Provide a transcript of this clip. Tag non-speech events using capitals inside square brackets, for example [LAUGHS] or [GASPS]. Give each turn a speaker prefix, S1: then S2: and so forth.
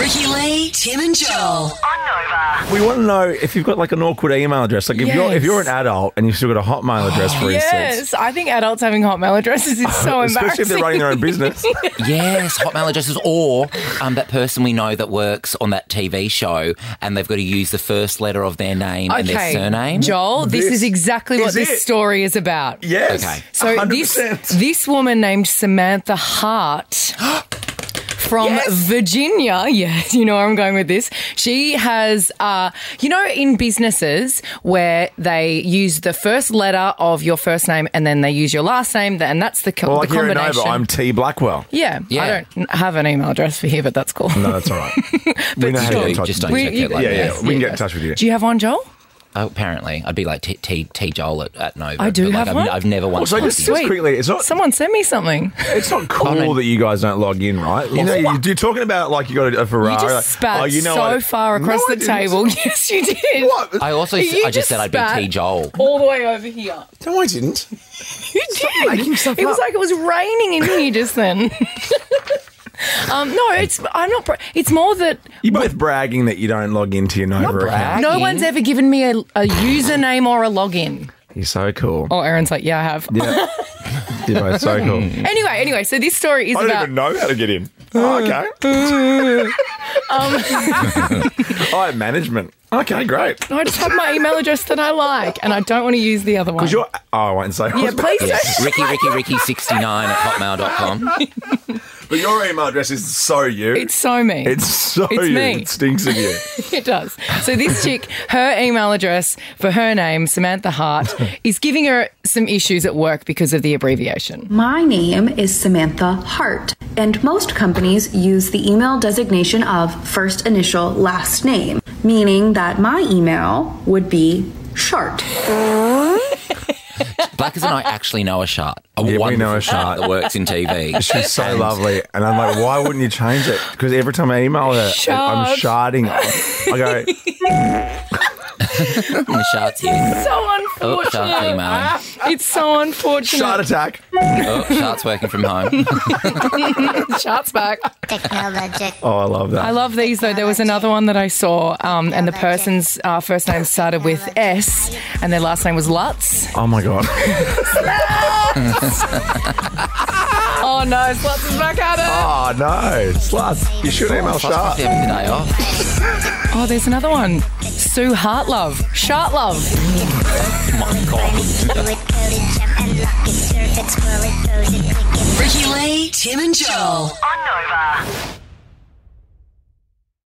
S1: Mackey, Tim and Joel.
S2: on
S3: We want to know if you've got like an awkward email address. Like if you're if you're an
S4: Yes.
S3: adult and you've still got a Hotmail address, for instance, Uh,
S4: Yes, I think adults having hotmail
S3: [LAUGHS]
S4: addresses is so embarrassing.
S3: especially if they're running their own
S4: [LAUGHS]
S3: business.
S5: Yes, hotmail addresses, or um, that person we know that works on that TV show, and they've got to use the first letter of their name and their surname.
S4: Joel, this,
S3: This
S4: is exactly what
S3: is
S4: this
S3: it.
S4: story is about.
S3: Yes.
S5: Okay.
S4: So this
S3: 100%.
S4: this woman named
S3: [GASPS]
S4: Samantha Hart from
S3: Yes.
S4: Virginia. [LAUGHS] Yes, you know where I'm going with this. She has, uh, you know, in businesses where they use the first letter of your first name and then they use your last name, and that's the, co-
S3: Well, like
S4: the
S3: here in
S4: combination.
S3: Nova, I'm T Blackwell.
S4: yeah, I
S5: Yeah.
S4: don't have an email address for here, but
S3: [LAUGHS]
S4: that's cool.
S3: No, that's all
S4: [LAUGHS]
S3: right. we know how to
S4: still,
S3: get in touch.
S5: just
S3: with
S5: don't
S3: you.
S5: check it like
S3: yeah, yeah,
S5: that.
S3: we can get in touch with you.
S4: Do you have one, Joel?
S5: Oh, apparently, I'd be like T T, T Joel at, at Nova.
S4: I do
S5: but, like,
S4: have
S5: I've,
S4: one.
S5: I've never once.
S3: Also, just,
S5: logged in.
S3: just quickly, it's not
S4: Someone send me something. [LAUGHS]
S3: it's not cool that you guys don't log in, right? You know, you, you're talking about like you got a, a Ferrari.
S4: You
S3: like,
S4: just spat
S3: oh, you know
S4: so
S3: I-
S4: far across
S3: No, I
S4: the
S3: didn't.
S4: table. [LAUGHS] Yes, you did.
S3: What?
S5: I also,
S4: You
S5: I just,
S4: just
S5: said I'd be
S4: spat.
S5: T Joel.
S4: All the way over here.
S3: No, I didn't.
S4: You did.
S3: making stuff
S4: it was
S3: up.
S4: like it was raining in here just then. [LAUGHS] um, no, it's I'm not. Pr- it's more that
S3: You're both bragging that you don't log into your Nova account.
S4: no
S5: Bragging.
S4: one's ever given me a, a username or a login.
S3: You're so cool.
S4: Oh, Aaron's like, yeah, I have. [LAUGHS]
S3: Yeah. [LAUGHS] You're both so cool.
S4: Anyway, anyway, so this story is
S3: I don't
S4: about.
S3: even know how to get
S4: [LAUGHS]
S3: in. Oh, okay.
S4: Um,
S3: [LAUGHS] I have management. Okay, great.
S4: I just have my email address that I like, and I don't want to use the
S3: [LAUGHS]
S4: other one.
S3: Because you're. Oh, I won't say.
S4: yeah, please. [LAUGHS]
S5: Yes. Ricky, Ricky, Ricky, sixty nine at hotmail.com.
S3: But your email address is so you.
S4: It's so me.
S3: It's so
S4: It's
S3: you.
S4: me.
S3: It stinks of [LAUGHS] you.
S4: [LAUGHS] It does. So this chick, her email address for her name, Samantha [LAUGHS] Hart, is giving her some issues at work because of the abbreviation.
S6: My name is Samantha Hart, and most companies use the email designation of first initial last name, meaning that my email would be Shart.
S5: Blackers and I actually know a shot. A
S3: we
S5: wonderful
S3: know a
S5: shart
S3: Shart.
S5: that works in TV.
S3: She's so lovely, and I'm like, why wouldn't you change it? Because every time I email her, I'm sharding. I go,
S5: [LAUGHS]
S4: [LAUGHS]
S5: And the shart's here.
S4: So
S5: Oh,
S4: unfortunate.
S5: shart's emailing.
S4: It's so unfortunate.
S3: shard attack.
S5: Oh, shart's working from home. [LAUGHS]
S4: [LAUGHS] Shart's back.
S7: Technologic.
S3: Oh, I love that.
S4: I love these though. There was another one that I saw, um, and the person's uh, first name started with S, and their last name was Lutz.
S3: oh my god. [LAUGHS]
S4: Oh no, Lutz is back at it.
S3: Oh no, sluts. You should email
S5: Off
S3: shard.
S5: every day off.
S4: Oh, there's another one. Sue Hartlove, Shartlove.
S7: Ricky Lee, Tim and Joel.
S2: Nova.